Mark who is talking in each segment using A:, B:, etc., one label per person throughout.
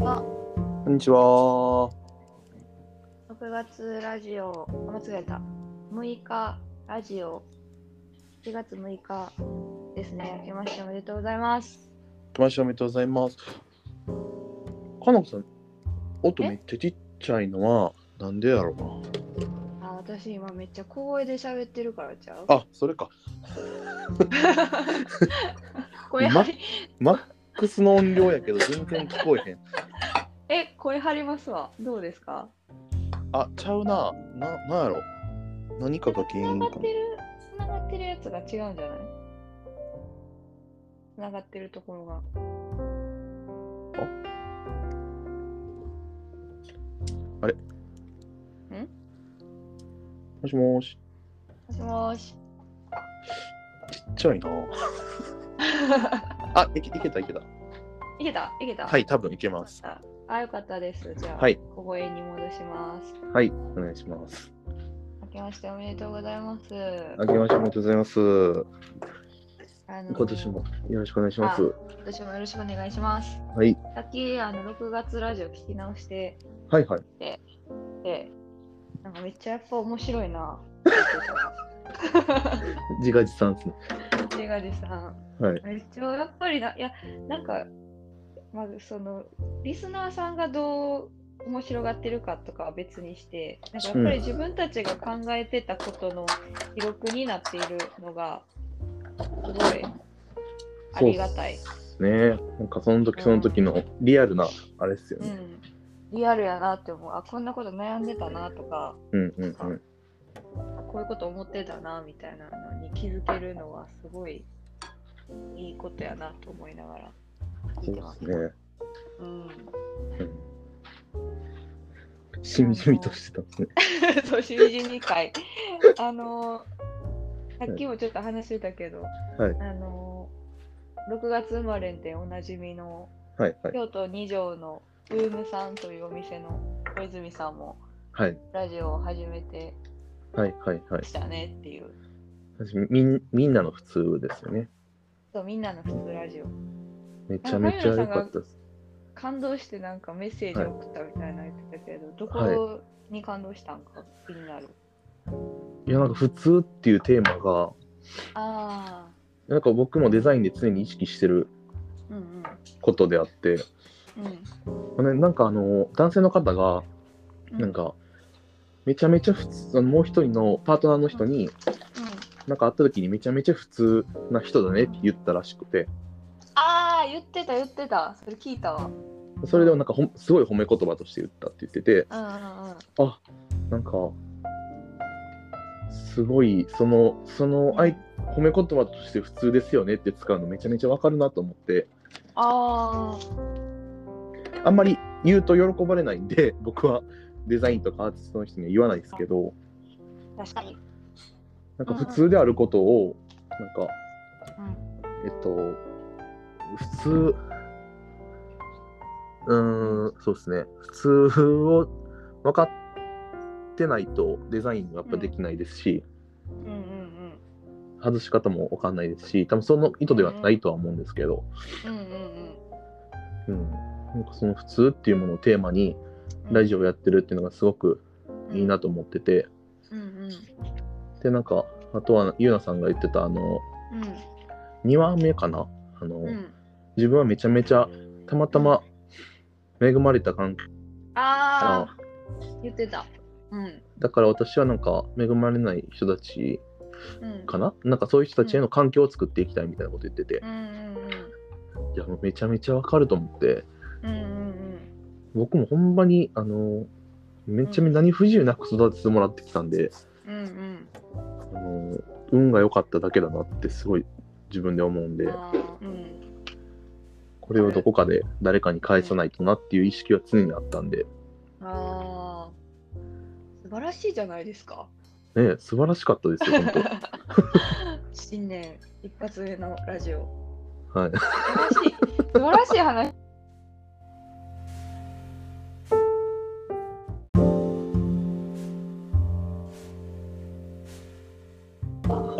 A: は
B: こんにちは。
A: 6月ラジオあ間違えた6日ラジオ7月6日ですね明けましておめでとうございます
B: 来ましておめでとうございます。かなこさん、音
A: え
B: めっちゃちっちゃいのはなんでやろう
A: あ私今めっちゃ小声で喋ってるからちゃう
B: な。あ、それか。
A: 声張り
B: マックスの音量やけど全然聞こえへん。
A: え声張りますわどうですか
B: あ、ちゃうな。な、なんやろ。何かが
A: つ
B: 原
A: な
B: 因
A: が
B: か
A: ってるつながってるやつが違うんじゃないつながってるところが
B: もしもし。
A: もしも し
B: ちっちゃいな。あ、いけいけたいけた。
A: いけたいけた
B: はい、多分いけます。
A: ああよかったですじゃあ、
B: はい
A: 小声に戻します
B: はい、お願いします。
A: 明けましておめでとうございます。
B: あけましておめでとうございます。
A: あの
B: 今年もよろしくお願いします。
A: 今年もよろしくお願いします。
B: はい、
A: さっきあの6月ラジオ聞き直して
B: はいはい。
A: で、なんかめっちゃやっぱ面白い な。
B: 自画自賛ですね。
A: ジェガジさん、
B: はい。
A: めっちゃやっぱりな、いや、なんか、まずその、リスナーさんがどう面白がってるかとかは別にして、なんかやっぱり自分たちが考えてたことの記録になっているのが、すごいありがたい。
B: そうっすね。なんかその時その時のリアルなあれっすよ
A: う
B: ね。
A: ん、リアルやなって思うあこんなこと悩んでたなとか
B: うんうんうん。
A: こういうこと思ってたなみたいなのに気づけるのはすごいいいことやなと思いながら聞
B: そ
A: いうて
B: で
A: ます。
B: すね。
A: うん、
B: うんしみじみとしてたんですね。
A: そうしみじみ会 あのさっきもちょっと話してたけど、
B: はい
A: あの6月生まれでおなじみの
B: はいはい。
A: 京都二条のブームさんというお店の小泉さんも
B: はい
A: ラジオを始めて
B: はいはいはい。
A: したねっていう
B: 私みんみんなの普通ですよね。
A: そうみんなの普通ラジオ
B: めちゃめちゃ良かったです。
A: 感動してなんかメッセージ送ったみたいな言ってたけど、どこに感動したんか気になる、
B: いやなんか普通っていうテーマが
A: ああ
B: なんか僕もデザインで常に意識してる
A: うんうん
B: ことであって、
A: うん
B: ね、なんかあの男性の方が
A: う
B: なん、かめちゃめちゃ普通あのもう一人のパートナーの人に
A: うん、
B: なんか会った時にめちゃめちゃ普通な人だねって言ったらしくて
A: ああ言ってた言ってたそれ聞いたわうん
B: それでもなんかほんすごい褒め言葉として言ったって言ってて
A: うんうん
B: あなんかすごいそのそのあい褒め言葉として普通ですよねって使うのめちゃめちゃわかるなと思って
A: あ
B: あんまり言うと喜ばれないんで 僕はデザインとかアーティストの人には言わないですけど
A: あ確かに、
B: なんか普通であることをなんか
A: うん、
B: えっと普通うーんそうですね普通を分かってないとデザインはやっぱできないですし、
A: うんうん
B: 外し方も分かんないですし多分その意図ではないとは思うんですけど、
A: うんうんう
B: う
A: ん
B: ん、なんかその普通っていうものをテーマに
A: うん
B: ラジオやってるっていうのがすごくいいな
A: と
B: と思ってて、
A: うんうん
B: でなんかあとはゆうなさんが言ってたあの
A: う
B: 2話目かなあの、
A: んうん
B: 自分はめちゃめちゃたまたま恵まれた環境
A: ああ言ってたうん
B: だから私はなんか恵まれない人たち
A: うん
B: かななんかそういう人たちへの環境を作っていきたいみたいなこと言ってて
A: う、んうん
B: いやもうめちゃめちゃわかると思って
A: うんうんうん
B: 僕もほんまにあのめちゃめちゃ何不自由なく育ててもらってきたんで、
A: うんうんうん
B: あの運が良かっただけだなってすごい自分で思うんで
A: あーうん
B: これをどこかで誰かに返さないとなっていう意識は常にあったんで、
A: ああ、素晴らしいじゃないですか。
B: ね、素晴らしかったですよ本
A: 新年一発目のラジオ。
B: 当はい
A: 素晴らしい、素晴らしい話。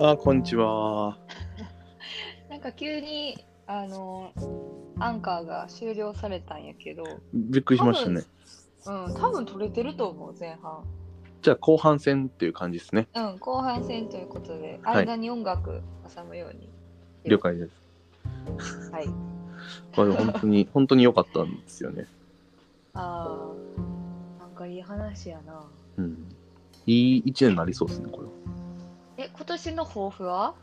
B: あこんにちは
A: なんか急に、あの、アンカーが終了されたんやけど、
B: びっくりしましたね。
A: うん、多分取れてると思う、前半。
B: じゃあ後半戦っていう感じですね。
A: うん、後半戦ということで、
B: はい
A: 間に音楽挟むように。
B: 了解です。
A: はい。
B: まあ、でも本当 に、本当に良かったんですよね。
A: ああ、なんかいい話やな。
B: うん。いい一年になりそうですね、これは。
A: え、今年の抱負は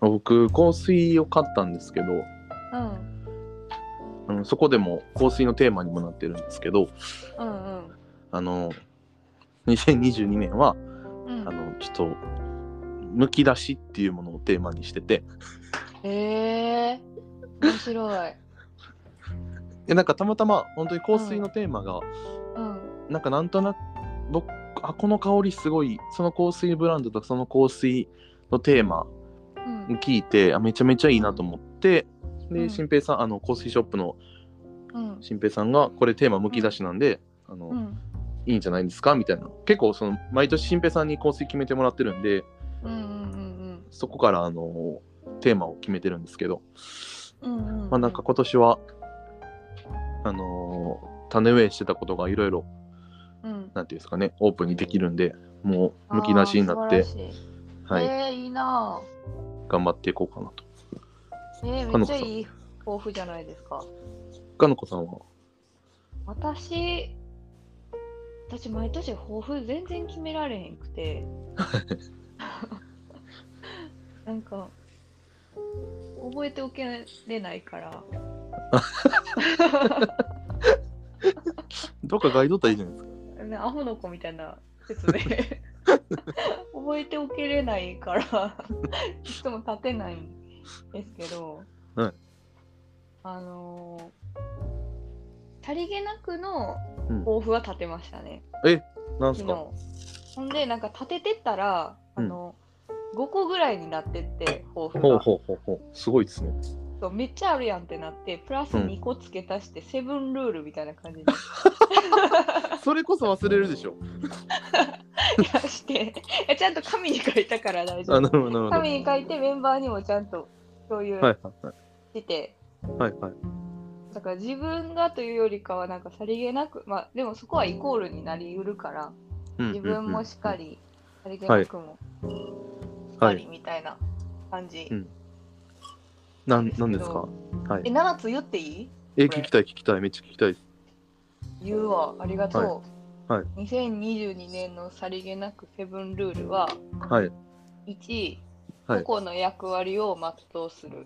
B: まあ僕、香水を買ったんですけど、
A: うん、
B: あのそこでも香水のテーマにもなってるんですけど、
A: うん、うん。
B: あの、2022年は、
A: うん
B: あの、ちょっと、むき出しっていうものをテーマにしてて、
A: へえ面白い。
B: えなんかたまたま本当に香水のテーマが、
A: うん、
B: なんかなんとなく僕あこの香りすごいその香水ブランドとその香水のテーマ
A: うん、
B: 聞いてあめちゃめちゃいいなと思って
A: う
B: で
A: ん
B: 新平さんあの香水ショップの
A: うん、
B: 新平さんがこれテーマむき出しなんで、あの
A: うん、
B: いいんじゃないですかみたいな結構その毎年新平さんに香水決めてもらってるんで
A: うん、うん、
B: そこからあのテーマを決めてるんですけど、
A: うん、うん、
B: まあ、なんか、今年はあの種植えしてたことがいろいろ
A: うん、
B: なんていうんですかねオープンにできるんでもうむき出しになっ
A: あー
B: て
A: 素晴らしい
B: はい、
A: えー、いいな
B: 頑張っていこうかなと。
A: ぁえー、めっちゃいい抱負じゃないですか。
B: かのこさんは
A: 私、私、毎年抱負全然決められへんくて。なんか、覚えておけれないから。
B: どっかガイドったらいいじゃないですか。
A: ねアホの子みたいな説 明覚えておけれないからいつも立てないんですけど、
B: はい
A: あのーさりげなくの
B: うん
A: 抱負は立てましたね、
B: なんす
A: 昨
B: か
A: 日ほんでなんか立ててったら、
B: うん
A: あの5個ぐらいになってって抱負
B: ほう
A: が
B: ほうほうほう。すごいですね。
A: そうめっちゃあるやんってなってプラス
B: うん
A: 2個付け足してセブンルールみたいな感じに
B: それこそ忘れるでしょ。
A: 出してえちゃんと紙に書いたから大丈夫
B: あ、なるほど、なるほど。は
A: 紙に書いてメンバーにもちゃんと共有
B: いはいは
A: してて、
B: い。はいはい。
A: だから自分がというよりかはなんかさりげなくまあでもそこはイコールになりうるから
B: うんうんうん
A: 自分もしっか。りさりげなくもしっかりみたいな感じ、
B: うんなん、なんですかは
A: え
B: い。
A: 7つ言っていい
B: え、聞きたい、聞きたい、めっちゃ聞きたいです。
A: 言うわありがとう、
B: はいは
A: 2022年のさりげなくセブンルールは
B: はい。
A: 1個
B: はい
A: 々の役割を全うする、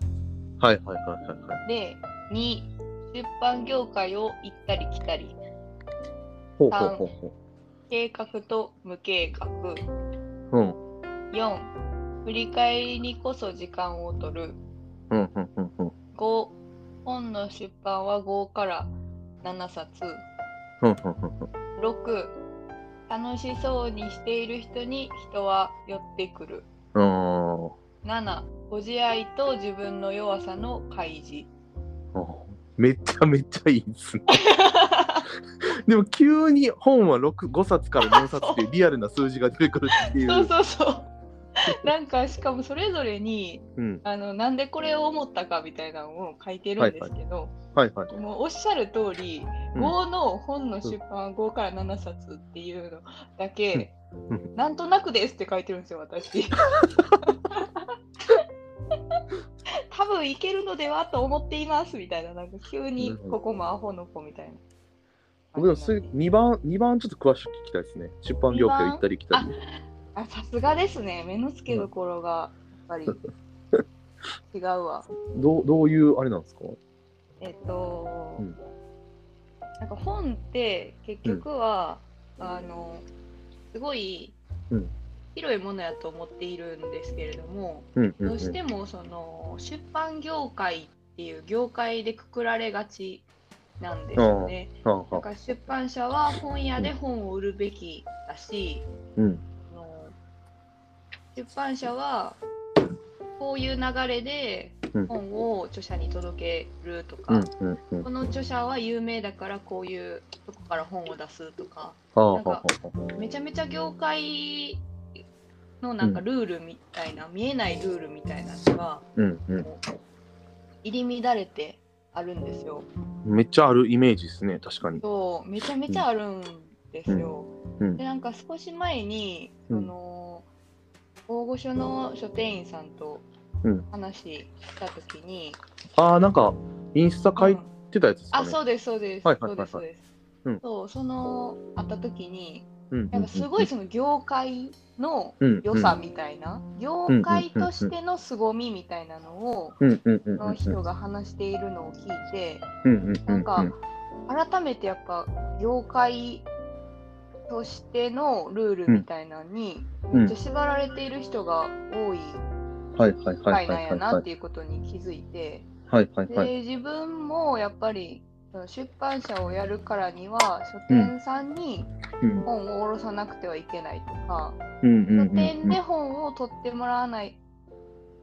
B: はいはいはいはいはい。
A: で2出版業界を行ったり来たり
B: ほうほうほう
A: 計画と無計画
B: ほう。うん。
A: 4振り返りにこそ時間を取る
B: うんうんうんうん。
A: 5本の出版は5から7冊
B: うんうんうんうん。
A: 6楽しそうにしている人に人は寄ってくる
B: うーん。
A: 7ご自愛と自分の弱さの開示
B: あめちゃめちゃいいですね。 でも急に本は六5冊から4冊っていうリアルな数字が出てくるっていう。
A: そうそう そうなんかしかもそれぞれに
B: うん。
A: あのなんでこれを思ったかみたいなのを書いてるんですけど、
B: はいはい。
A: もうおっしゃる通り、
B: うん
A: 5の本の出版は5から7冊っていうのだけ、
B: う
A: なんとなくですって書いてるんですよ、 私。多分いけるのではと思っていますみたいな、なんか急にここもアホの子みたいな。
B: 僕でもそれ2番、二番ちょっと詳しく聞きたいですね。出版業界行ったり来たり。
A: あさすがですね、目の付けどころがやっぱ り違うわ。
B: どうどういうあれなんですか
A: えっと、
B: うん
A: なんか本って結局は、あのすごい
B: うん
A: 広いものやと思っているんですけれども、
B: うんうん、う
A: ど
B: ん。
A: うしてもその出版業界っていう業界でくくられがちなんですよね。
B: はあは
A: だから出版社は本屋で本を売るべきだし、
B: あうん。
A: あの出版社はこういう流れで
B: うん
A: 本を著者に届けると
B: う
A: か
B: ん、うんうん。は
A: この著者は有名だからこういうとこから本を出すとか
B: あは
A: なん
B: あ
A: か
B: は
A: めちゃめちゃ業界のなんか
B: う
A: ルールみたいな、見えないルールみたいなのが
B: うんうん。
A: こう入り乱れてあるんですよ。
B: めっちゃあるイメージですね、確かに。
A: そうめちゃめちゃあるんですよ。
B: うんうん
A: でなんか少し前に
B: う
A: そ
B: ん
A: の大御所の書店員さんと
B: うん
A: 話した時に、
B: ああ、なんか、インスタ書い
A: うん
B: てたやつですか
A: あ
B: ね。
A: そうですそうです、
B: はいはいはいはい
A: そうですそう
B: う
A: です
B: ん。
A: そうその会った時に
B: うんうんうん
A: やっぱすごいその業界の
B: うんうん
A: 良さみたいな、業界としての凄みみたいなのを
B: うんうんうんうん
A: の人が話しているのを聞いて
B: うんうんうんうん
A: なんか改めてやっぱ業界としてのルールみたいなのに
B: うん
A: めっちゃ縛られている人が多い
B: はいはい
A: 世
B: はいは
A: 界ないん
B: は
A: や
B: い
A: な
B: は
A: っ
B: い
A: ていうことに気づいて
B: はいはいはい
A: で自分もやっぱりその出版社をやるからには書店さんに
B: うん
A: 本を卸さなくてはいけないとか
B: うんうんうんう
A: 書
B: ん
A: 店で本を取ってもらわない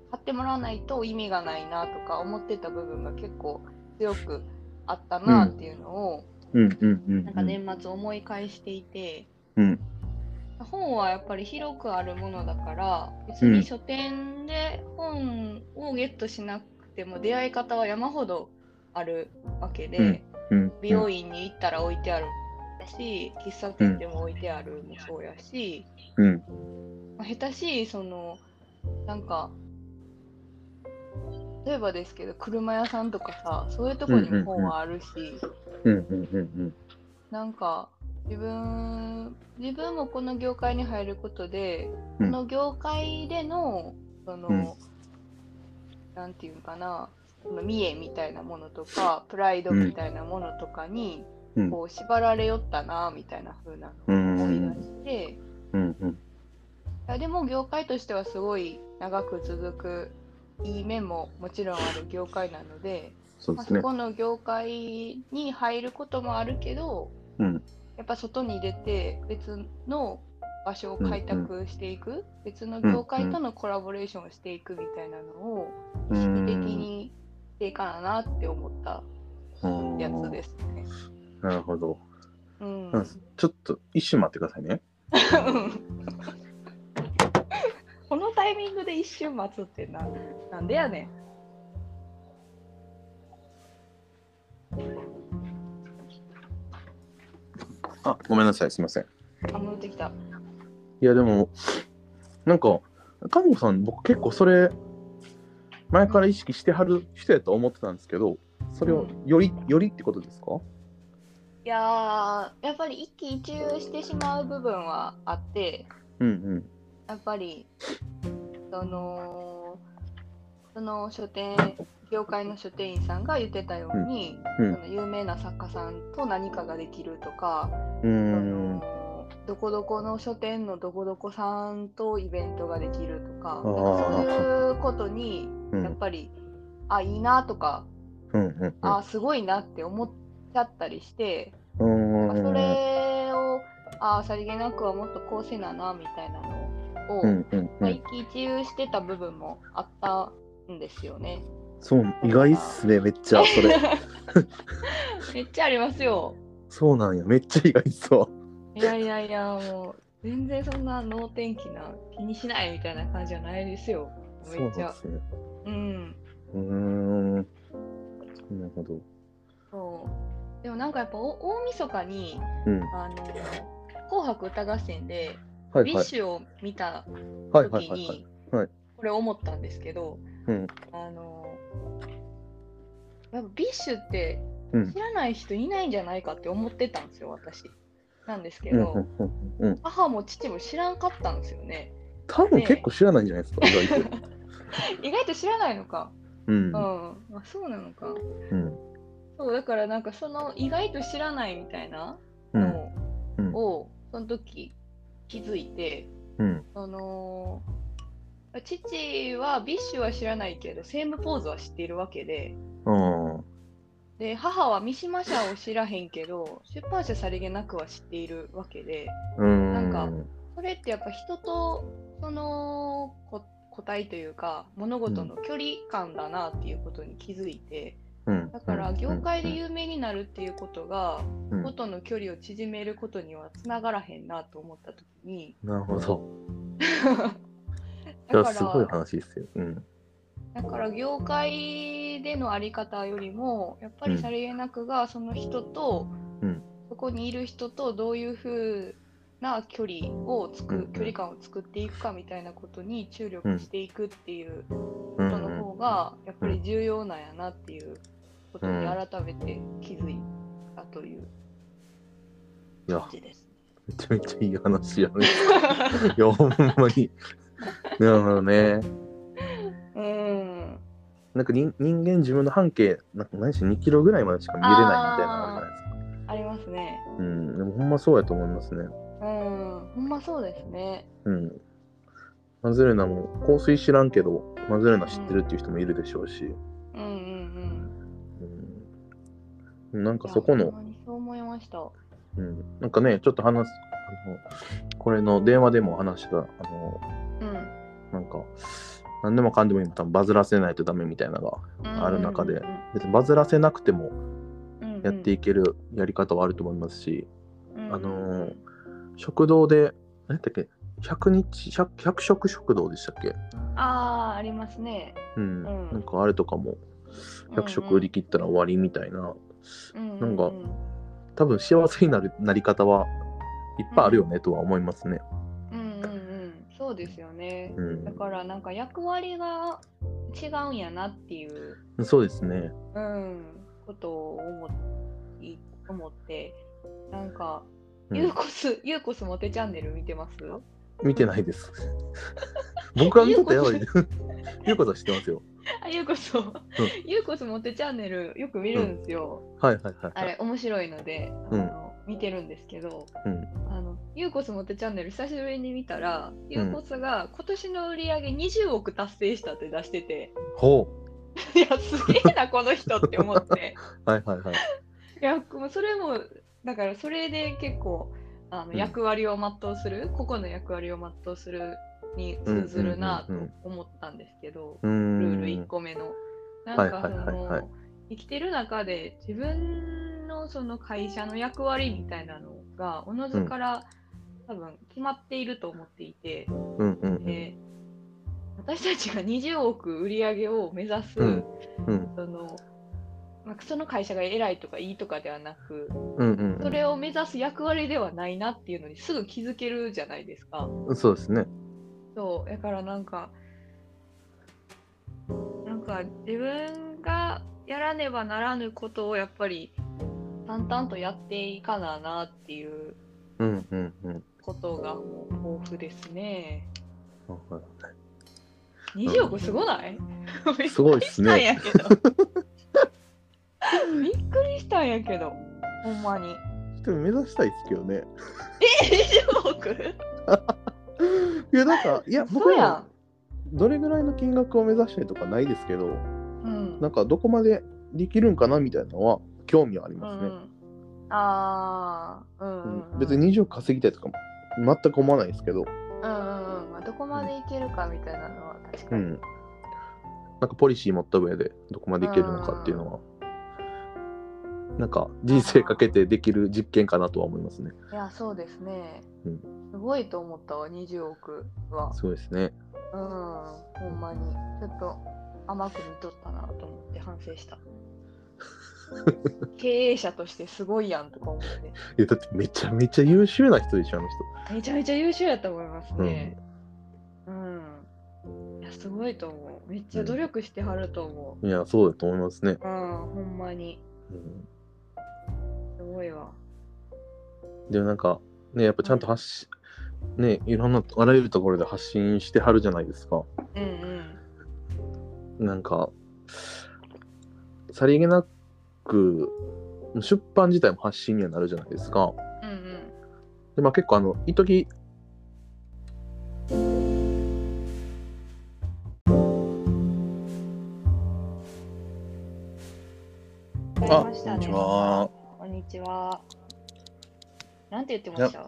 A: 買ってもらわないと意味がないなとか思ってた部分が結構強くあったなっていうのを、
B: うんうんうん
A: なんか年末思い返していて、
B: うん
A: 本はやっぱり広くあるものだから別に書店で本をゲットしなくても出会い方は山ほどあるわけで、
B: うんうん
A: 美容院に行ったら置いてあるし喫茶店でも置いてあるもそうやし。
B: うん
A: まあ下手しいそのなんか例えばですけど車屋さんとかさそういうとこにも本はあるし、
B: うんうんうん
A: なんか自分自分もこの業界に入ることで、
B: うん
A: この業界でのその、
B: うん
A: なんていうのかなその見栄みたいなものとかプライドみたいなものとかに、
B: うん
A: こう縛られよったなみたいな風な
B: う
A: のを思い出
B: ん
A: して。
B: うんうん
A: いやでも業界としてはすごい長く続くいい面ももちろんある業界なので、
B: そう
A: ま
B: で
A: あ、
B: す
A: そ
B: ね
A: この業界に入ることもあるけど
B: うん
A: やっぱ外に出て別の場所を開拓していく、別の業界とのコラボレーションをしていくみたいなのを意識的にしていかななって思ったやつですね。
B: なるほど
A: うん、
B: なんちょっと一瞬待ってくださいね
A: このタイミングで一瞬待つってななんでやねん。
B: あごめんなさいすいません
A: あ戻ってきた。
B: いやでもなんか看護さん僕結構それ前から意識してはる人やと思ってたんですけどそれをよりよりってことですか
A: いやーやっぱり一喜一憂してしまう部分はあって
B: うん
A: やっぱりそのその書店業界の書店員さんが言ってたように、
B: うんうん
A: その有名な作家さんと何かができるとか、
B: うんうん
A: そのどこどこの書店のどこどこさんとイベントができるとか
B: あー
A: そういうことに
B: うん
A: やっぱり、あいいなとか、
B: うんうんうん
A: あすごいなって思っちゃったりして。
B: うん
A: まあそれをあーさりげなくはもっとこうせななみたいなのを、
B: うんうんう
A: まあ、
B: ん
A: 一喜一憂してた部分もあったんですよね。
B: そう意外っすねめっちゃそれ
A: めっちゃありますよ。
B: そうなんやめっちゃ意外そう
A: いやいやいやもう全然そんな能天気な気にしないみたいな感じじゃないですよ。
B: そう
A: め
B: なん
A: っち
B: で
A: ゃ。
B: すね
A: うん。
B: うーんなるほど
A: そうでもなんかやっぱお大晦日に
B: うん
A: あの紅白歌合戦で、
B: はい
A: ビッ
B: はい
A: シュを見た
B: はいはい
A: 時
B: はいはい
A: に
B: はい
A: これ思ったんですけど、
B: うん
A: あのやっぱビッシュって
B: うん
A: 知らない人いないんじゃないかって思ってたんですよ私なんですけ
B: うん
A: ど、
B: うんうんうん
A: 母も父も知らんかったんですよね
B: 多分結構知らないんじゃないですか意外 と
A: 意外と知らないのか
B: うん
A: うん、あそうなのか
B: うん
A: そうだからなんかその意外と知らないみたいな
B: うん
A: の
B: うん
A: を、その時気づいて
B: うん
A: その父はビッシュは知らないけどセームポーズは知っているわけで
B: うん
A: で母は三島社を知らへんけど出版社さりげなくは知っているわけで
B: なん
A: かそれってやっぱ人とそのこ個体というか物事の距離感だなっていうことに気づいてだから業界で
B: う
A: 有名になるっていうことが
B: うん
A: ことの距離を縮めることにはつながらへんなと思った時に
B: んなるほどい
A: だ
B: や
A: か
B: すごい
A: ら
B: 話ですようん
A: だから業界りでのあり方よりもやっぱりさりげなくがその人と、
B: うん
A: そこにいる人とどういうふうな距離をつく、
B: うんうん
A: 距離感を作っていくかみたいなことに注力していくっていうこ
B: う
A: と
B: ん
A: の方がやっぱり重要なんやなっていうことに改めて気づいたという
B: いや
A: 感、じです。
B: めちゃめちゃいい話やね。 いや、ほんまに。なるほどね。
A: うん
B: なんか人人間自分の半径、なんか何し2キロぐらいまでしか見れないみたいなのあるじゃないで
A: ありますね。
B: すか。うん、でもほんまそうやと思いますね。
A: うん、ほんまそうですね。
B: うん。マズレナも香水知らんけど、マズレナ知ってるっていう人もいるでしょうし、
A: うんうん
B: うん、なん
A: う
B: か
A: ん。
B: そこ
A: いや
B: の
A: ほん、まにそう思いました。
B: うん、なんかね、ちょっと話す、あのこれの電話でも話した、あの、
A: うん。
B: なんか、何でもかんでも今多分バズらせないとダメみたいなのがある中で別にバズらせなくてもやっていけるやり方はあると思いますし、
A: うん
B: あのー食堂で何やったっけ100日 100, 100食食堂でしたっけ、
A: ああありますね。
B: うん
A: うん
B: なんかあれとかも100食
A: うんうん
B: 売り切ったら終わりみたいな、
A: うん
B: なんか
A: ううん
B: 多分幸せになるなり方はいっぱいあるよねとは思いますね。
A: うんうんそうですよね。
B: うん
A: だからなんか役割が違うんやなっていう、
B: そうですね。
A: うん、ことを思い思ってなんか。
B: うん
A: ユーコス、ユーコスモテチャンネル見てます
B: 見てないです。 僕は見てたやばい。 いうことは知ってますよ。
A: あ、ユーコス、ユーコスモテチャンネルよく見るんですよ。
B: はいはいはい、
A: あ
B: はい。
A: れ面白いので、あの見てるんですけど、
B: うん
A: あのユーコスモテチャンネル久しぶりに見たら、ユーコスが今年の売り上げ20億達成したって出してて、
B: ほ
A: いやすげえなこの人って思って、
B: う。はいはいはい。
A: いやもうそれもだからそれで結構あの
B: うん
A: 役割を全うする、個々の役割を全うするに通ずるなと
B: うんうんうん
A: 思ったんですけど。
B: うーん。
A: ルール1個目の。なん
B: はい
A: か
B: は
A: そ
B: いはいはい
A: の生きてる中で自分のその会社の役割みたいなのがおのずから、多分決まっていると思っていて、
B: うんうんうん。
A: で私たちが20億売り上げを目指す、
B: うんうん
A: そのまあその会社が偉いとかいいとかではなく
B: うんうんうん
A: それを目指す役割ではないなっていうのにすぐ気づけるじゃないですか。
B: そうですね。
A: そうだからなんかなんか自分がやらねばならぬことをやっぱり淡々とやっていかななっていう
B: うんうんうん。
A: ことがもう豊富ですね。
B: はい
A: 20億すごない、
B: すごいっすね
A: びっくりしたんや けど。びっくりしたんやけど、ほんま に。
B: でも目指したいですけどね。
A: 20億
B: いや、なんか、いや、僕
A: そうや
B: は
A: ん。
B: どれぐらいの金額を目指したりとかないですけど、
A: うん。
B: なんかどこまでできるんかなみたいなのは興味はあり
A: う
B: ますね。
A: ん、ああ、うんう
B: うんん
A: うん、
B: 別に20稼ぎたいとかも全く思わないですけど、
A: うんうんうんまあ、どこまでいけるかみたいなのは確か
B: う
A: に、
B: ん。なんかポリシー持った上でどこまでいけるのかっていうのは、なんか人生かけてできる実験かなとは思いますね。
A: いやそうですね、
B: う
A: すごいと思ったわ20億は
B: そうですね。
A: うんほんまにちょっと甘く見とったなと思って反省 した経営者としてすごいやんとか思って
B: いや、だってめちゃめちゃ優秀な人でしょ、あの人。
A: めちゃめちゃ優秀やと思いますねうん、いやすごいと思うめっちゃ努力してはると思
B: いや、そうだと思いますね。
A: ううん、ほんまに
B: うん
A: すごいわ
B: でもなんかねやっぱちゃんと発し、ねいろんなあらゆるところで発信してはるじゃないですか
A: うんうん
B: なんかさりげなく出版自体も発信にはなるじゃないですか
A: うん
B: でまあ結構あの一時
A: うん
B: あ
A: わかりましたねこんにちは。なんて言ってました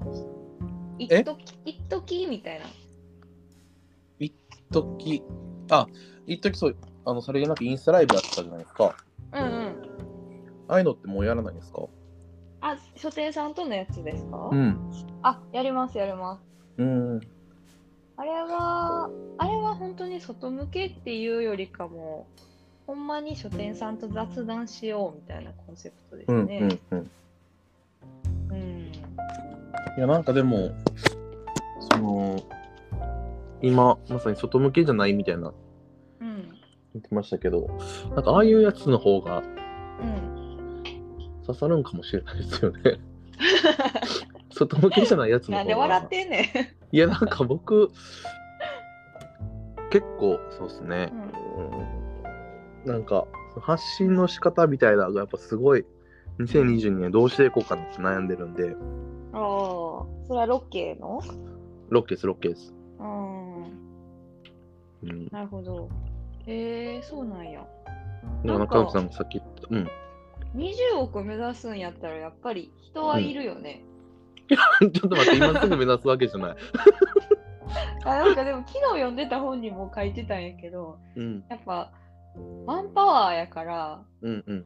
A: 一
B: え
A: 時一時みたいな。
B: 一時あ一時そうあのさりげなくインスタライブやってたじゃないですか
A: うんうん。
B: ああいうのってもうやらないですか
A: あ、書店さんとのやつですか、
B: ん
A: あ、やりますやります。
B: うん
A: あれは、あれは本当に外向けっていうよりかも、ほんまに書店さんと雑談しようみたいなコンセプトで
B: う
A: す
B: んう
A: ね。
B: んうん。
A: うん
B: いやなんかでもその今まさに外向けじゃないみたいな
A: うん
B: 言ってましたけどなんかああいうやつの方が
A: うん
B: 刺さるんかもしれないですよ ね外向けじゃないやつの
A: な
B: 方
A: んで
B: が
A: 笑ってんね
B: いやなんか僕結構そうですね
A: ん。うん
B: うんなんか発信の仕方みたいなのがやっぱすごい2022年どうしていこうかなって悩んでるんで
A: ああ、それはロッケの
B: ロッケですロッケです、
A: うん、
B: うん、
A: なるほど。えー、そうなんや。
B: でも中山さんがさっき言ったうん
A: 20億目指すんやったらやっぱり人はいるよね。
B: ちょっと待って、今すぐ目指すわけじゃない。
A: あなんかでも昨日読んでた本にも書いてたんやけど、
B: うん、
A: やっぱマンパワーやから、
B: うん、うん、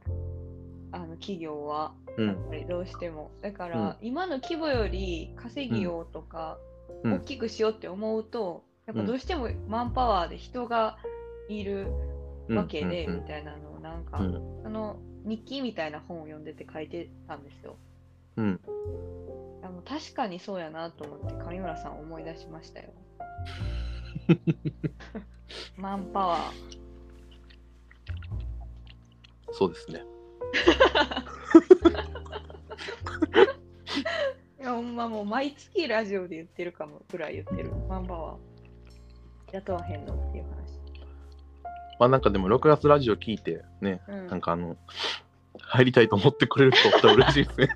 A: あの企業は
B: う
A: やっ
B: ん、
A: ぱりどうしても。だか
B: うん
A: ら今の規模より稼ぎようとか、
B: うん
A: 大きくしようって思うと、やっぱどうしてもマンパワーで人がいる
B: うん。
A: わけで、
B: うん
A: みたいなのをなんか、
B: うん
A: その日記みたいな本を読んでて書いてたんですよ。
B: うん。
A: あの確かにそうやなと思って上村さん思い出しました よ。マンパワー。
B: そうですね。
A: いやほんまもう毎月ラジオで言ってるかもぐらい言ってる。マンパワー。雇わへんのっていう
B: まあ、なんかでも、6月ラジオ聞いて、ね、
A: 話。うん、
B: なんかあの、入りたいと思ってくれる人お ったら嬉しいですね。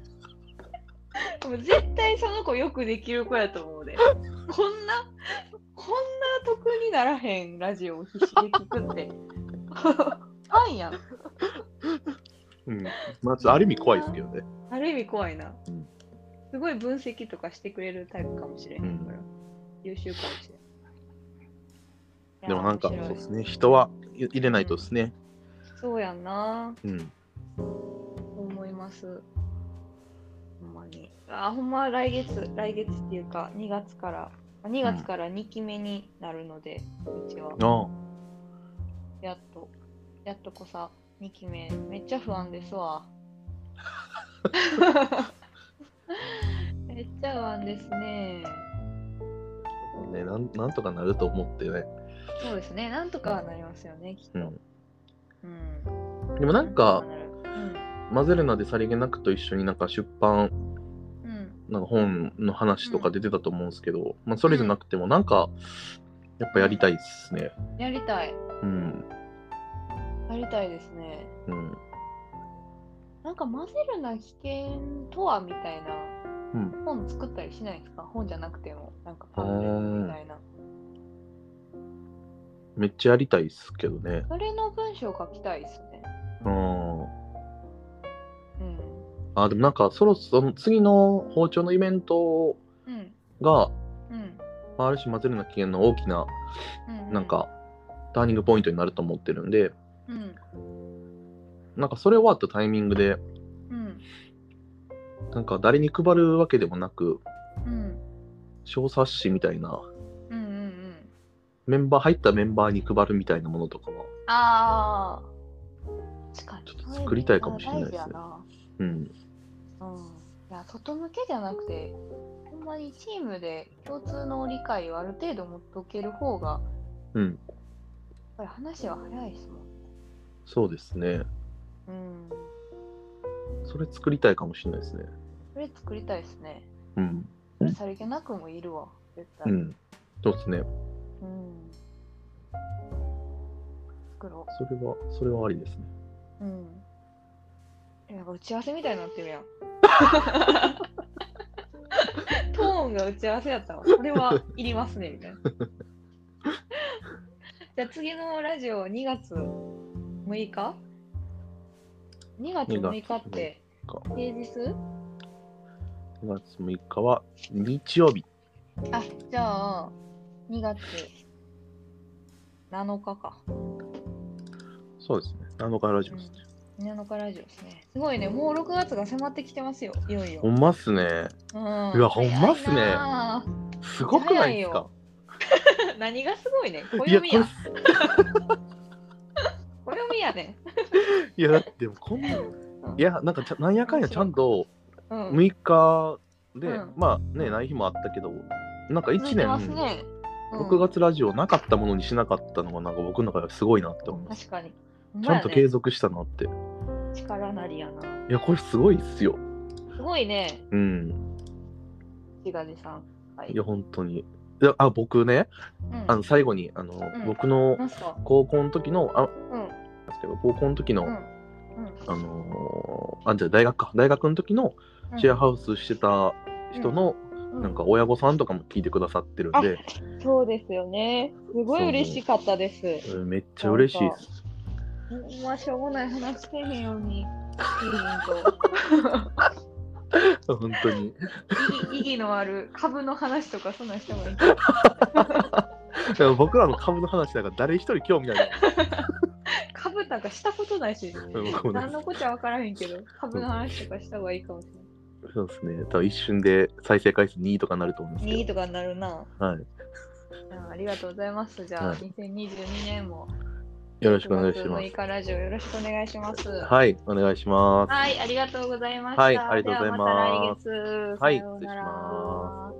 A: でも絶対その子よくできる子やと思うで。こんな、こんな得にならへんラジオを必死で聞く って。ファンやん。
B: うん。まあ、ちょっとある意味怖いですけどね。
A: ある意味怖いな
B: うん。
A: すごい分析とかしてくれるタイプかもしれへんから、
B: う
A: 優秀かもしれない。
B: でもなんか、
A: いや
B: そう
A: ー面
B: で
A: 白い
B: すね。人はい入れないとですね。
A: そうやんな。
B: うん。
A: そう思います。ほんまに。あ、ほんま来月、来月っていうか、2月から、あ2月から2期目になるので、うちは。
B: あ
A: やっと、やっとこさ、2期目、めっちゃ不安で すわ。めっちゃ不安ですね。
B: あ、ねなん、なんとかなると思ってね。
A: そうですね、なんとかはなりますよね、きっと。
B: う
A: うん
B: ん。でもなんか、
A: うん
B: マゼルナでさりげなくと一緒になんか出版
A: うん
B: なんか本の話とか出てたと思うんですけど、まあそれじゃなくてもなんかやっぱやりたいですね。
A: やりたい、
B: うん。
A: やりたいですね。
B: うん。
A: なんか混ぜるな危険とはみたいな、
B: うん
A: 本作ったりしないんですか本じゃなくても、なんかパンフレットみたいな。
B: めっちゃやりたいっすけどね。
A: それの文章書きたいですね。
B: うん。
A: うん。
B: あ、でもなんかそろそろ次の包丁のイベント
A: うん。
B: が、
A: うん。
B: まあ、ある種混ぜるな危険の大きな
A: う
B: なん、かターニングポイントになると思ってるんで、
A: うん。
B: なんかそれ終わったタイミングで、
A: うん。
B: なんか誰に配るわけでもなく、
A: うん。
B: 小冊子みたいな、
A: うんうんうん。
B: メンバー入ったメンバーに配るみたいなものとかは、
A: ああ。確かに。
B: ちょっと作りたいかもしれないですね
A: それめっちゃ大
B: うん、
A: 事やなうん。いや、外向けじゃなくて、ほんまにチームで共通の理解をある程度持っとける方が、
B: うん、
A: やっぱり話は早いですもん。
B: そうですね。
A: うん。
B: それ作りたいかもしれないですね。
A: それ作りたいですね。
B: うん。
A: それさりげなくもいるわ、絶
B: う
A: 対。
B: ん。そうですね。
A: うん。作ろ
B: それは、それはありですね。
A: う。うん。えなんか打ち合わせみたいになってるや ん。トーンが打ち合わせやったわ。これはいりますね、みたいな。じゃあ次のラジオ2月6日 ?2 月6日って平日
B: 9月6日は日曜日。
A: あ、じゃあ2月7日か。
B: そうですね。7日ラジオですね。
A: 7日ラジオですね。すごいね、もう6月が迫ってきてますよ、いよいよ
B: ほ。んまっすね。
A: うん
B: うわほんまっすね
A: 早いなあ
B: すごくないですか
A: 何がすごいね、
B: いや、こ
A: 暦
B: れ
A: や。、暦ややね
B: いやだってこんな、いやなんかちゃなんやかんやちゃんと
A: ん。うん。
B: 6日で、
A: うん
B: まあねない日もあったけどなんか1
A: 続いてます
B: 年、
A: ね。うん
B: 6月ラジオなかったものにしなかったのがなんか僕の中ではすごいなって思います、
A: 確かに。
B: ちゃんと継続したなって
A: ほんまやね力なりやな。
B: いやこれすごいっすよ
A: すごいね、
B: うん
A: しがじさん。はい
B: いや本当にいやあ僕ね
A: うん
B: あの最後にあの、
A: ん
B: 僕の
A: なんすか
B: 高校の時のあ
A: うん。
B: ですけど高校の時の、
A: うん。
B: あのーあじゃあ大学か大学の時の
A: うん
B: シェアハウスしてた人の、
A: うん
B: なんか親御さんとかも聞いてくださってるんで、
A: そうですよね。すごい嬉しかったです。
B: うんめっちゃ嬉しいです。
A: ほんましょうもない話せへんように。
B: 本当に。
A: 意義意義のある株の話とかそんなんしてもいい。
B: でも僕らの株の話なんか誰一人興味 ない。
A: 株なんかしたことないし、
B: うん僕もね
A: 何のこっちゃ分からへんけど、株の話とかした方がいいかもしれない。
B: そうですね。多分一瞬で再生回数2とかなると思うんです
A: 2
B: け
A: とかになるな。
B: ど。はい。
A: あありがとうございます。じゃあ、
B: はい
A: 2022年も
B: よろしくお願いしま
A: 6
B: す
A: 月。6日ラジオよろしくお願いします。は
B: はい、お願いします。
A: い、ありがとうございました。
B: はいありがとうございます
A: ではまた来月。
B: はい
A: さような
B: 失礼し
A: ら
B: ま